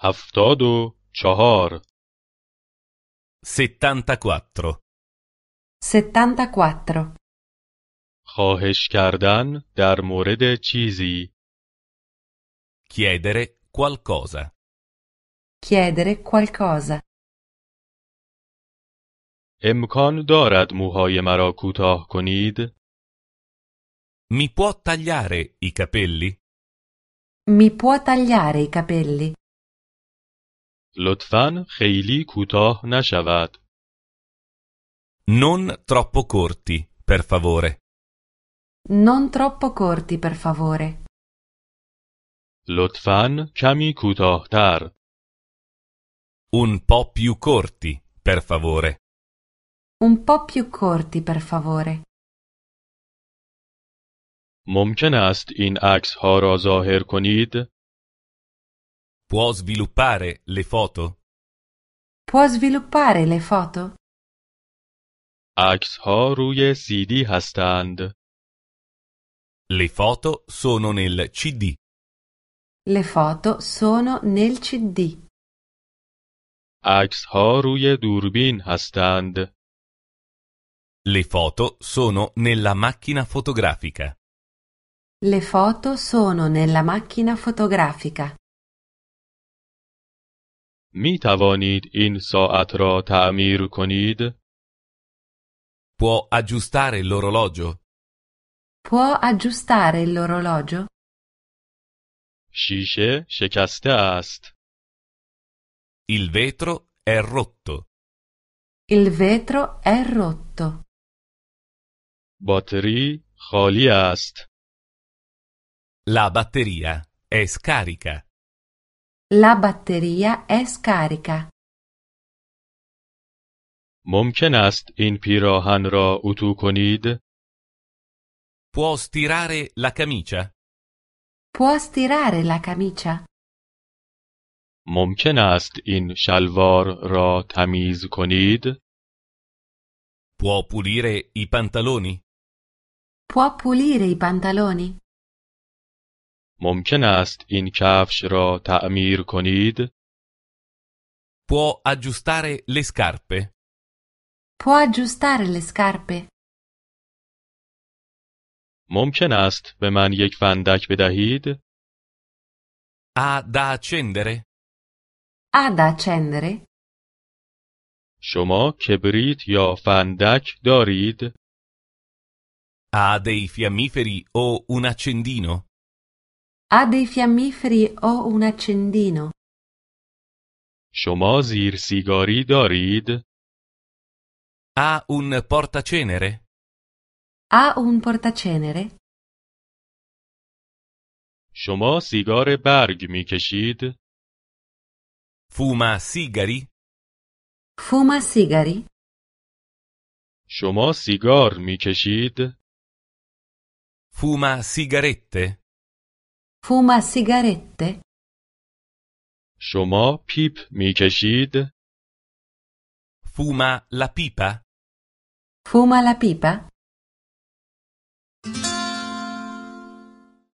هفتاد و چهار 74. 74. خواهش کردن در مورد چیزی Chiedere qualcosa. Chiedere qualcosa. امکان دارد موهای مرا کوتاه کنید Mi può tagliare i capelli? Mi può tagliare i capelli? لطفا خیلی کوتاه نشود Non troppo corti, per favore. Non troppo corti, per favore. لطفا کمی کوتاهتر Un po' più corti, per favore. Un po' più corti, per favore. ممکن است این عکس ها را ظاهر کنید Può sviluppare le foto? Può sviluppare le foto? عکس ها روی سیدی هستند Le foto sono nel CD. Le foto sono nel CD. عکس ها روی دوربین هستند Le foto sono nella macchina fotografica. Le foto sono nella macchina fotografica. می توانید این ساعت را تعمیر کنید Può aggiustare l'orologio? Può aggiustare l'orologio? شیشه شکسته است Il vetro è rotto. Il vetro è rotto. باتری خالی است. La batteria è scarica. La batteria è scarica. ممکن است این پیراهن را اتو کنید؟ Può stirare la camicia? Può stirare la camicia? ممکن است این شلوار را تمیز کنید؟ Può pulire i pantaloni? Può pulire i pantaloni? ممکن است این کفش را تعمیر کنید؟ Può aggiustare le scarpe? Può aggiustare le scarpe? ممکن است به من یک فندک بدهید؟ Ha da accendere? Ha da accendere? شما کبریت یا فندک دارید؟ Ha dei fiammiferi o un accendino? Ha dei fiammiferi o un accendino? شما زیر سیگاری دارید؟ Ha un portacenere? Ha un portacenere? شما سیگار برگ می کشید؟ Fuma sigari? Fuma sigari? شما سیگار می کشید؟ Fuma sigarette? Fuma sigarette? شما پیپ می کشید؟ Fuma la pipa? Fuma la pipa?